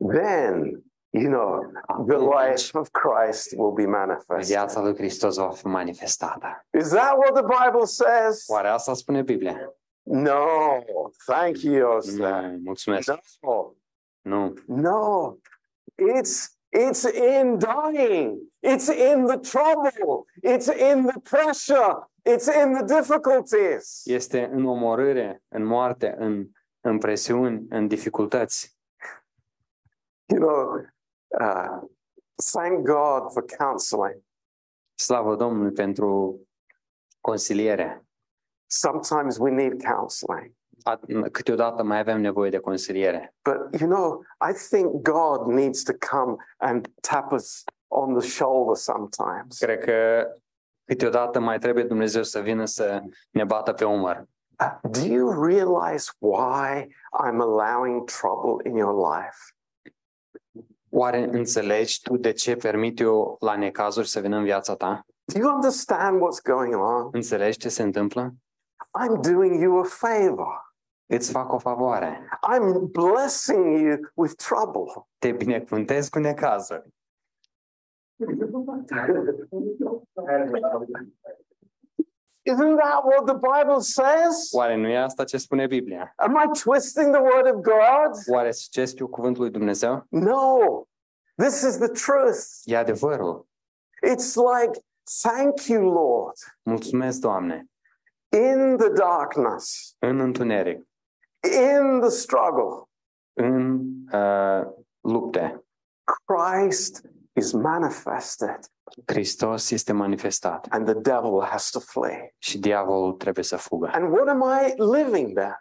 then, you know, the
Acum,
life of Christ will be manifest.
Viața lui Hristos va fi manifestată.
Is that what the Bible says?
Oare asta spune Biblia?
No. Thank you, Oster.
Nu, mulțumesc.
Da. No.
Nu.
No. It's it's in dying. It's in the trouble. It's in the pressure. It's in the difficulties.
Este în omorâre, în moarte, în, în presiuni, în dificultăți.
You know, uh, thank God for counseling.
Slavă Domnului pentru consiliere.
Sometimes we need counseling.
At- Câteodată mai avem nevoie de consiliere.
But you know, I think God needs to come and tap us on the shoulder sometimes.
Cred că câteodată mai trebuie Dumnezeu să vină să ne bată pe umăr.
Uh, Do you realize why I'm allowing trouble in your life?
Oare înțelegi tu de ce permit eu la necazuri să vină în viața ta?
Do you understand what's going on?
Înțelegi ce se întâmplă?
I'm doing you a favor.
Îți fac o favoare.
I'm blessing you with trouble.
Te binecuvântez cu necazuri.
Isn't that what the Bible says?
Oare nu e asta ce spune Biblia?
Am I twisting the word of God?
Oare succes eu cuvântul lui Dumnezeu?
No. This is the truth.
E adevărul.
It's like, thank you, Lord,
Mulțumesc, Doamne,
in the darkness,
în întuneric,
in the struggle,
în uh, lupte.
Christ is manifested
Hristos este manifestat
and the devil has to flee.
și diavolul trebuie să fugă.
And what am I living then?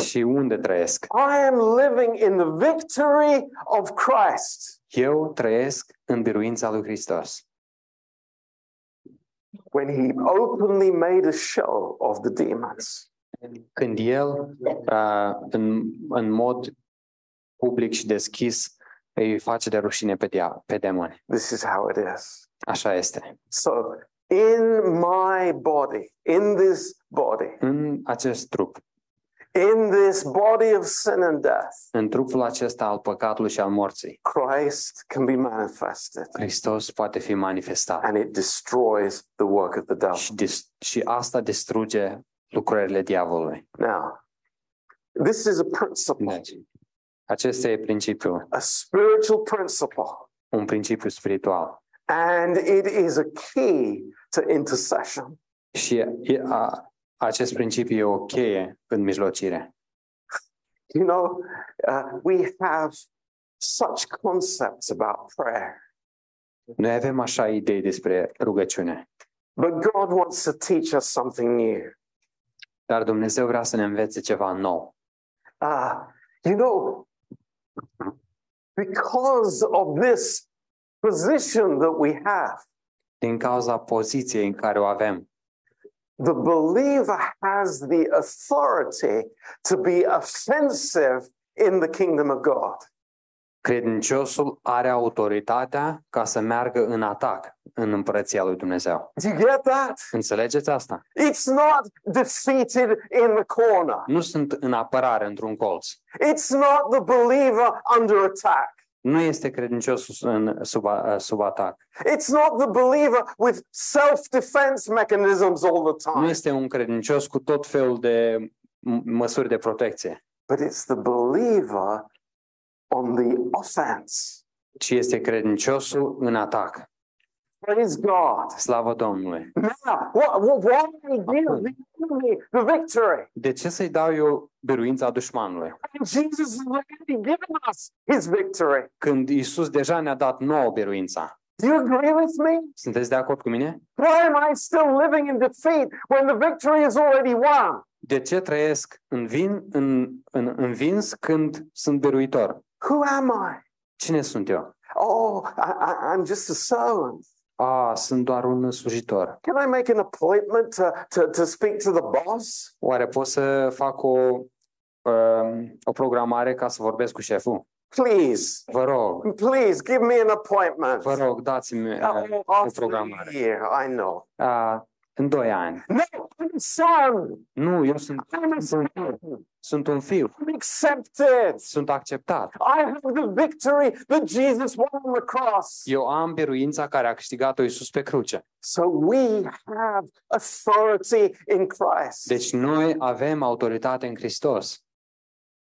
Și unde trăiesc?
I am living in the victory of Christ.
Eu trăiesc în biruința lui Hristos.
when he openly made a show of the demons.
Când el, uh, în, în mod public și deschis, îi face de rușine pe, dia- pe demoni.
This is how it is.
Așa este.
So, in my body, in this body,
În acest trup,
in this body of sin and death,
în trupul acesta al păcatului și al morții,
Christ can be manifested
Hristos poate fi manifestat.
and it destroys the work of the devil.
Și, dis- și asta distruge lucrările diavolului.
Now, this is a principle,
Deci, acesta e principiul,
a spiritual principle,
un principiu spiritual.
and it is a key to intercession.
Și e, a, acest principiu e o cheie în mijlocire.
You know, uh, we have such concepts about prayer.
Noi avem așa idei despre rugăciune,
But God wants to teach us something new.
dar Dumnezeu vrea să ne învețe ceva nou.
Ah, you know, because of this position that we have,
Din cauza poziției în care o avem,
the believer has the authority to be offensive in the kingdom of God.
credinciosul are autoritatea ca să meargă în atac în împărăția lui Dumnezeu.
Do you get that?
Înțelegeți asta?
It's not defeated in the corner.
Nu sunt în apărare într-un colț.
It's not the believer under attack.
Nu este credinciosul în, sub, sub atac.
It's not the believer with self-defense mechanisms all the
Nu
time.
este un credincios cu tot felul de m- măsuri de protecție,
But it's the believer on the offense.
ci este credinciosul în atac.
Praise God.
Slavă Domnului!
Now, what, what, why do I give the enemy the victory?
De ce să-i dau eu biruința dușmanului?
And Jesus has already given us his victory.
Când Isus deja ne-a dat nouă biruința.
Do you agree with me?
Sunteți de acord cu mine?
Why am I still living in defeat when the victory is already won?
De ce trăiesc în vin, în, în, învins când sunt biruitor?
Who am I?
Cine sunt eu?
Oh, I, I, I'm just a servant.
A, sunt doar un slujitor.
Can I make an appointment to, to, to speak to the boss?
Oare pot să fac o, um, o programare ca să vorbesc cu șeful?
Please,
Vă rog,
please give me an appointment.
vă rog, dați-mi uh,
Oh,
o
after a
programare.
year, I know.
Uh, în doi ani.
No, I'm a son.
Nu, eu sunt,
I'm a son.
sunt un fiu.
I'm accepted.
Sunt acceptat.
I have the victory that Jesus won on the cross.
Eu am biruința care a câștigat-o Iisus pe cruce.
So we have authority in Christ.
Deci noi avem autoritate în Hristos.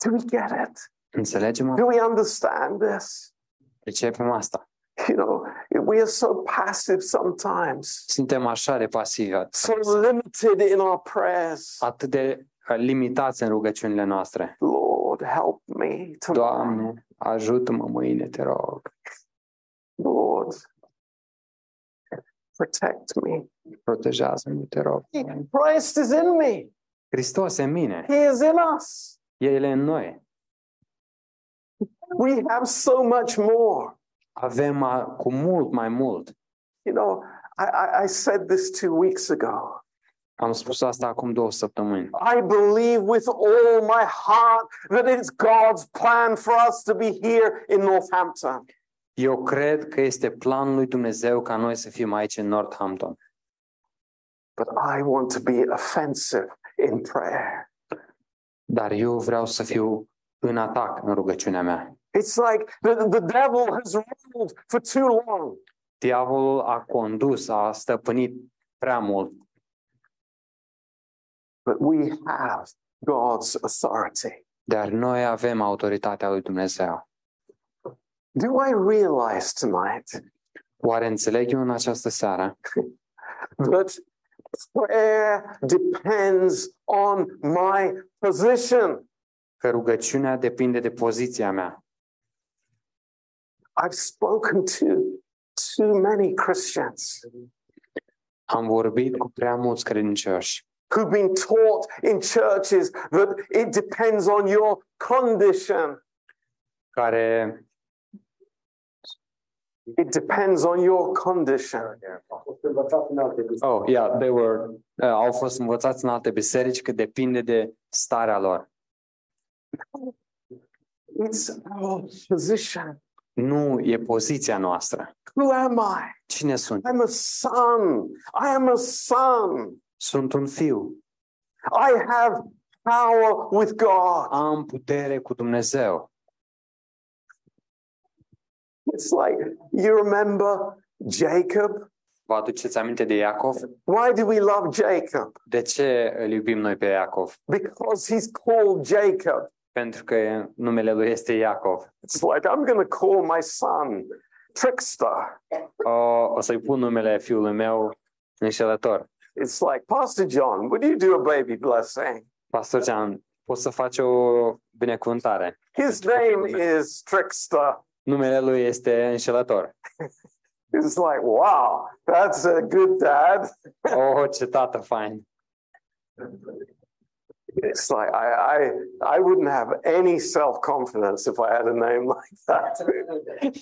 Do we get it?
Înțelegem?
Do we understand this?
Pricepem asta.
You know, we are so passive sometimes,
Suntem așa de pasivi,
so limited in our prayers.
atât de uh, limitați în rugăciunile noastre.
Lord, help me tomorrow.
Doamne, ajută-mă mâine, te rog.
Lord, protect me.
Protejează-mă, te rog.
Christ is in me.
Hristos e în mine,
He is in us.
El e în noi.
We have so much more.
Avem a, cu mult mai mult.
You know, I, I, I said this two weeks ago.
Am spus asta acum două săptămâni.
I believe with all my heart that it's God's plan for us to be here in Northampton.
Eu cred că este planul lui Dumnezeu ca noi să fim aici în Northampton.
But I want to be offensive in prayer.
Dar eu vreau să fiu în atac în rugăciunea mea.
It's like the, the devil has ruled for too long.
Diavolul a condus, a stăpânit prea mult,
But we have God's authority.
dar noi avem autoritatea lui Dumnezeu.
Do I realize tonight
Oare înțeleg eu în această seară
that prayer depends on my position?
că rugăciunea depinde de poziția mea?
I've spoken to too many Christians
Am vorbit cu prea mulți credincioși
who've been taught in churches that it depends on your condition,
care
it depends on your condition.
Oh, yeah, they were, uh, au fost învățați în alte biserici că depinde de starea lor.
It's our position.
Nu e poziția noastră.
Who am I?
Cine sunt?
I'm a son. I am a son.
Sunt un fiu.
I have power with God.
Am putere cu Dumnezeu.
It's like, you remember Jacob?
Vă aduceți aminte de Iacov?
Why do we love Jacob?
De ce îl iubim noi pe Iacov?
Because he's called Jacob.
Pentru că numele lui este Iacov.
It's like, I'm going to call my son Trickster.
O, o să-i pun numele fiului meu înșelător.
It's like, Pastor John, would you do a baby blessing?
Pastor Jean, poți să faci o binecuvântare.
His name is Trickster.
Numele lui este înșelător.
It's like, wow, that's a good dad.
Oh, ce tată fain!
It's like, I, I, I wouldn't have any self confidence if I had a name like that.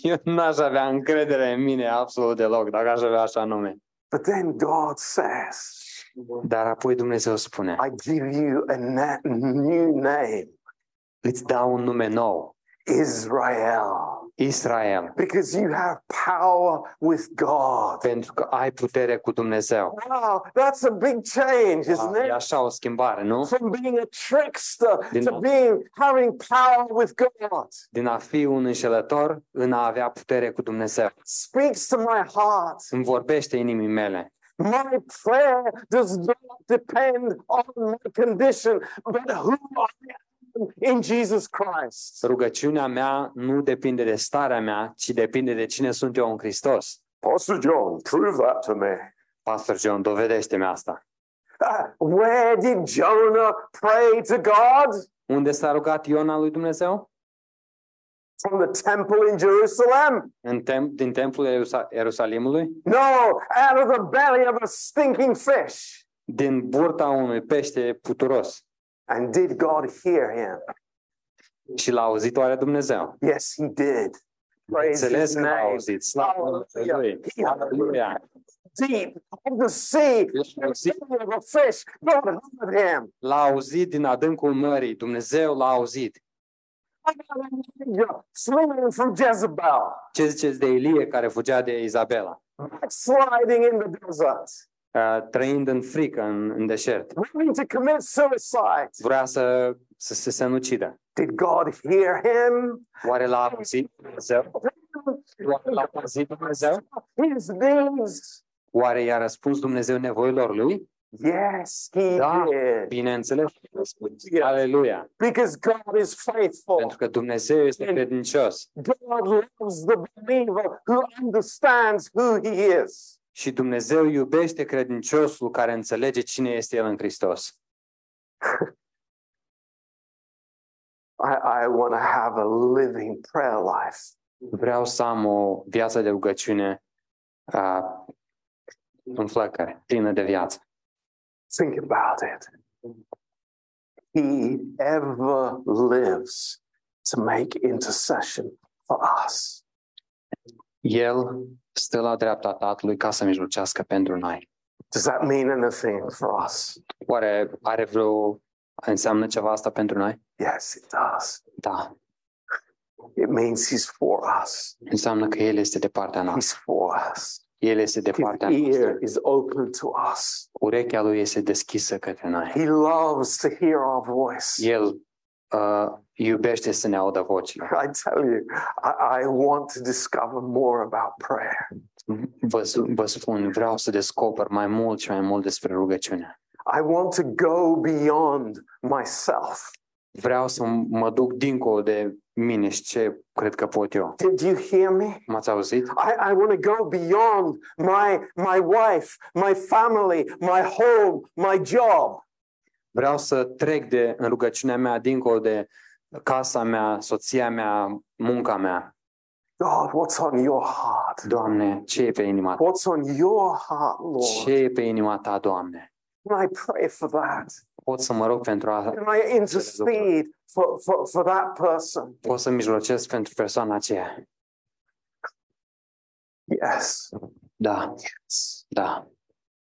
Eu n-aș avea încredere în mine absolut deloc dacă aș avea așa nume.
But then God says,
Dar apoi Dumnezeu spune,
I give you a na- new name,
îți dau un nume nou,
Israel,
Israel,
because you have power with God.
pentru că ai putere cu Dumnezeu. Ah,
Wow, that's a big change, isn't
E
it?
așa o schimbare, nu?
From being a trickster
Did
to
not-
being having power with God
Din a fi un înșelător în a avea putere cu Dumnezeu.
speaks to my heart.
Îmi vorbește inimii mele.
My prayer does not depend on my condition, but who I am in Jesus Christ.
Rugăciunea mea nu depinde de starea mea, ci depinde de cine sunt eu în Hristos.
Pastor John, prove that to me.
Pastor John, dovedește-mi asta.
Uh, where did Jonah pray to God?
Unde s-a rugat Iona lui Dumnezeu?
From the temple in Jerusalem?
În tem- din templul Ierusa- Ierusalimului?
No, out of the belly of a stinking fish.
Din burta unui pește puturos.
And did God hear him?
Și l-a auzit oare Dumnezeu?
Yes, he did. Praise
Înțeles
his
că l-a
name.
auzit. Slavă lui. Aleluia!
Deep of the sea, the belly of a fish, God heard him.
L-a auzit din adâncul mării. Dumnezeu l-a auzit.
I got an angel Fleeing from Jezebel,
Ce ziceți de Ilie care fugea de Izabela?
backsliding in the desert,
Uh, trăind în frică, în, în deșert.
wanting to commit suicide.
Vrea să, să, să se sinucidă.
Did God hear him?
Oare l-a auzit Dumnezeu? Oare l-a auzit Dumnezeu?
His needs.
Oare i-a răspuns Dumnezeu nevoilor lui?
Yes, he
Da.
did.
Bineînțeles, că i-a răspuns. Aleluia!
Because God is faithful.
Pentru că Dumnezeu este credincios
God loves the believer who understands who he is.
și Dumnezeu iubește credinciosul care înțelege cine este el în Hristos.
I, I want to have a living prayer life.
Vreau să am o viață de rugăciune uh, în flăcări, plină de viață.
Think about it. He ever lives to make intercession for us.
El stă la dreapta Tatălui ca să mijlocească pentru noi.
Does that mean anything for us?
Oare are vreo... înseamnă ceva asta pentru noi?
Yes, it does.
Da,
It means he's for us.
înseamnă că El este de partea noastră.
He's for us.
El este de
His
partea noastră.
ear is open to us.
Urechea Lui este deschisă către noi.
He loves to hear our voice.
El uh, iubește să ne audă vocile.
I tell you, I, I want to discover more about prayer.
Vă, su- vă spun, vreau să descoper mai mult și mai mult despre rugăciune.
I want to go beyond myself.
Vreau să m- mă duc dincolo de mine și ce cred că pot eu.
Did you hear me?
M-ați auzit?
I, I want to go beyond my, my wife, my family, my home, my job.
Vreau să trec de în rugăciunea mea dincolo de casa mea, soția mea, munca mea.
God, what's on your heart?
Doamne, ce e pe inima ta?
What's on your heart,
Ce
Lord?
e pe inima ta, Doamne?
Can I pray for that?
Pot să mă rog pentru a...
Can I intercede for, for, for that person?
Pot să mijlocesc pentru persoana aceea?
Yes,
Da, da,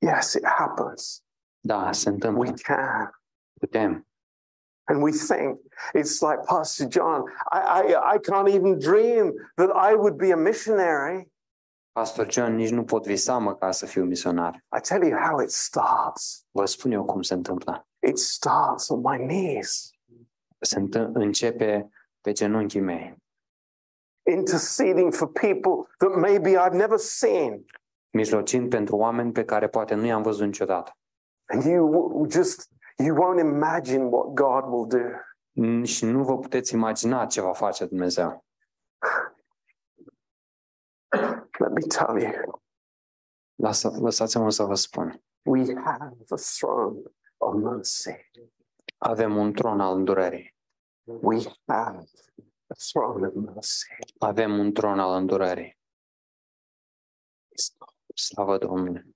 yes, it happens.
da, se
We
întâmplă.
can.
Putem.
And we think it's like Pastor John. I, I, I can't even dream that I would be a missionary.
Pastor John, nici nu pot visa mă ca să fiu misionar.
I tell you how it starts.
Vă spun eu cum se întâmplă.
It starts on my knees,
Se întâ- începe pe genunchii mei,
interceding for people that maybe I've never seen.
mijlocind pentru oameni pe care poate nu i-am văzut niciodată.
And you w- just, you won't imagine what God will do.
N- Și nu vă puteți imagina ce va face Dumnezeu.
Let me tell you,
Lasă, lăsați-mă să vă spun.
we have the throne of mercy.
Avem un tron al îndurării.
We have the throne of mercy.
Avem un tron al îndurării. Slavă Domnului!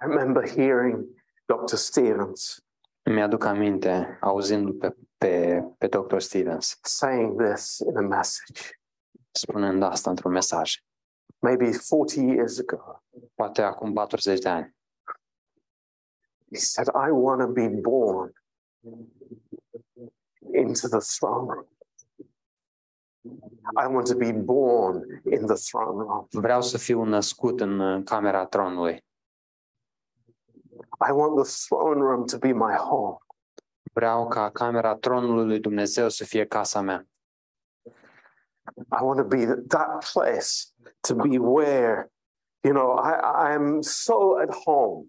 I remember hearing Dr. Stevens
Îmi aduc aminte, auzindu-l pe, pe, pe Dr. Stevens,
saying this in a message
spunând asta într-un mesaj.
maybe 40 years ago.
Poate acum 40 de ani.
He said, I want to be born into the throne room. I want to be born in the throne room.
Vreau să fiu născut în uh, camera tronului.
I want the throne room to be my home.
Vreau ca camera tronului lui Dumnezeu să fie casa mea.
I want to be that place to be where, you know, I, I'm so at home.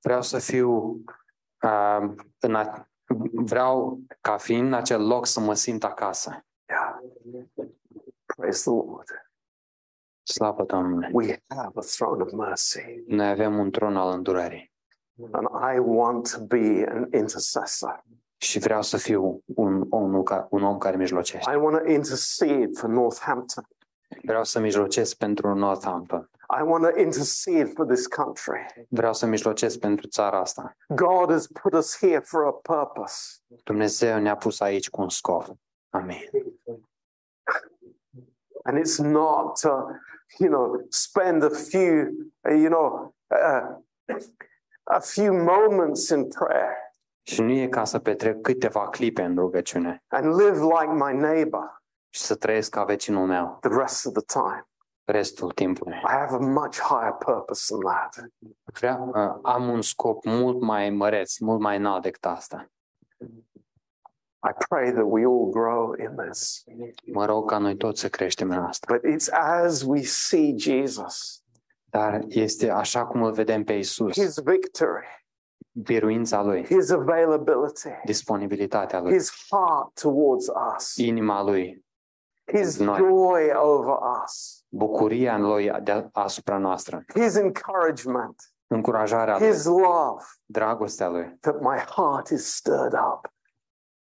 Vreau să fiu uh, în a, vreau ca fiind în acel loc să mă simt acasă.
Yeah. Praise the Lord.
Slavă Domnului!
We have a throne of mercy.
Noi avem un tron al îndurării
And I want to be an intercessor.
și vreau să fiu un, un, un om care mijlocește.
I want to intercede for Northampton.
Vreau să mijlocesc pentru Northampton.
I want to intercede for this country.
Vreau să mijlocesc pentru țara asta.
God has put us here for a purpose.
Dumnezeu ne-a pus aici cu un scop. Amin.
And it's not to, you know, spend a few, uh, you know, uh, a few moments in prayer
Și nu e ca să petrec câteva clipe în rugăciune
and live like my neighbor
și să trăiesc ca vecinul meu
the rest of the time.
restul timpului.
I have a much higher purpose than that.
Vreau, uh, am un scop mult mai măreț, mult mai înalt decât asta.
I pray that we all grow in this.
Mă rog ca noi toți să creștem în asta.
But it's as we see Jesus,
Dar este așa cum îl vedem pe Isus,
his victory,
biruința Lui,
his availability,
disponibilitatea Lui,
his heart towards us,
inima Lui,
his
Nice.
joy over us,
bucuria în Lui de- asupra noastră,
his encouragement,
încurajarea Lui,
his love,
dragostea Lui.
that my heart is stirred up.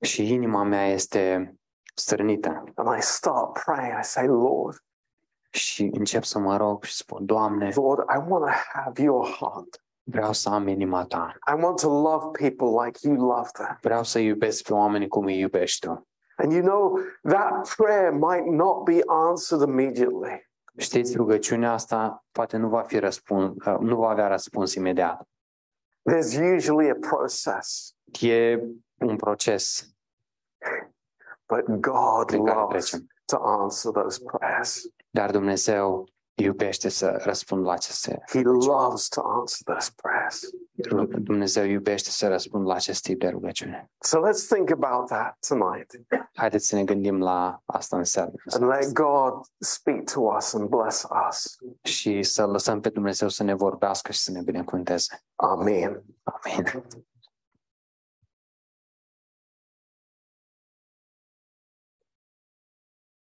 Și inima mea este strânită.
And I start praying. I say, Lord,
Și încep să mă rog și spun, Doamne,
Lord, I want to have your heart.
vreau să am inima Ta.
I want to love people like you love them.
Vreau să iubesc pe oamenii cum îi iubești tu.
And you know, that prayer might not be answered immediately.
Știți, rugăciunea asta poate nu va, fi răspun, uh, nu va avea răspuns imediat.
There's usually a process,
E un proces
but God
prin care
loves
trecem.
to answer those prayers.
Dar Dumnezeu iubește să răspund la aceste.
He loves to answer those prayers.
Dumnezeu iubește să răspund la acest tip de rugăciune.
So let's think about that tonight
Haideți să ne gândim la asta în seară.
and let God speak to us and bless us.
Și să lăsăm pe Dumnezeu să ne vorbească și să ne binecuvânteze.
Amen.
Amin.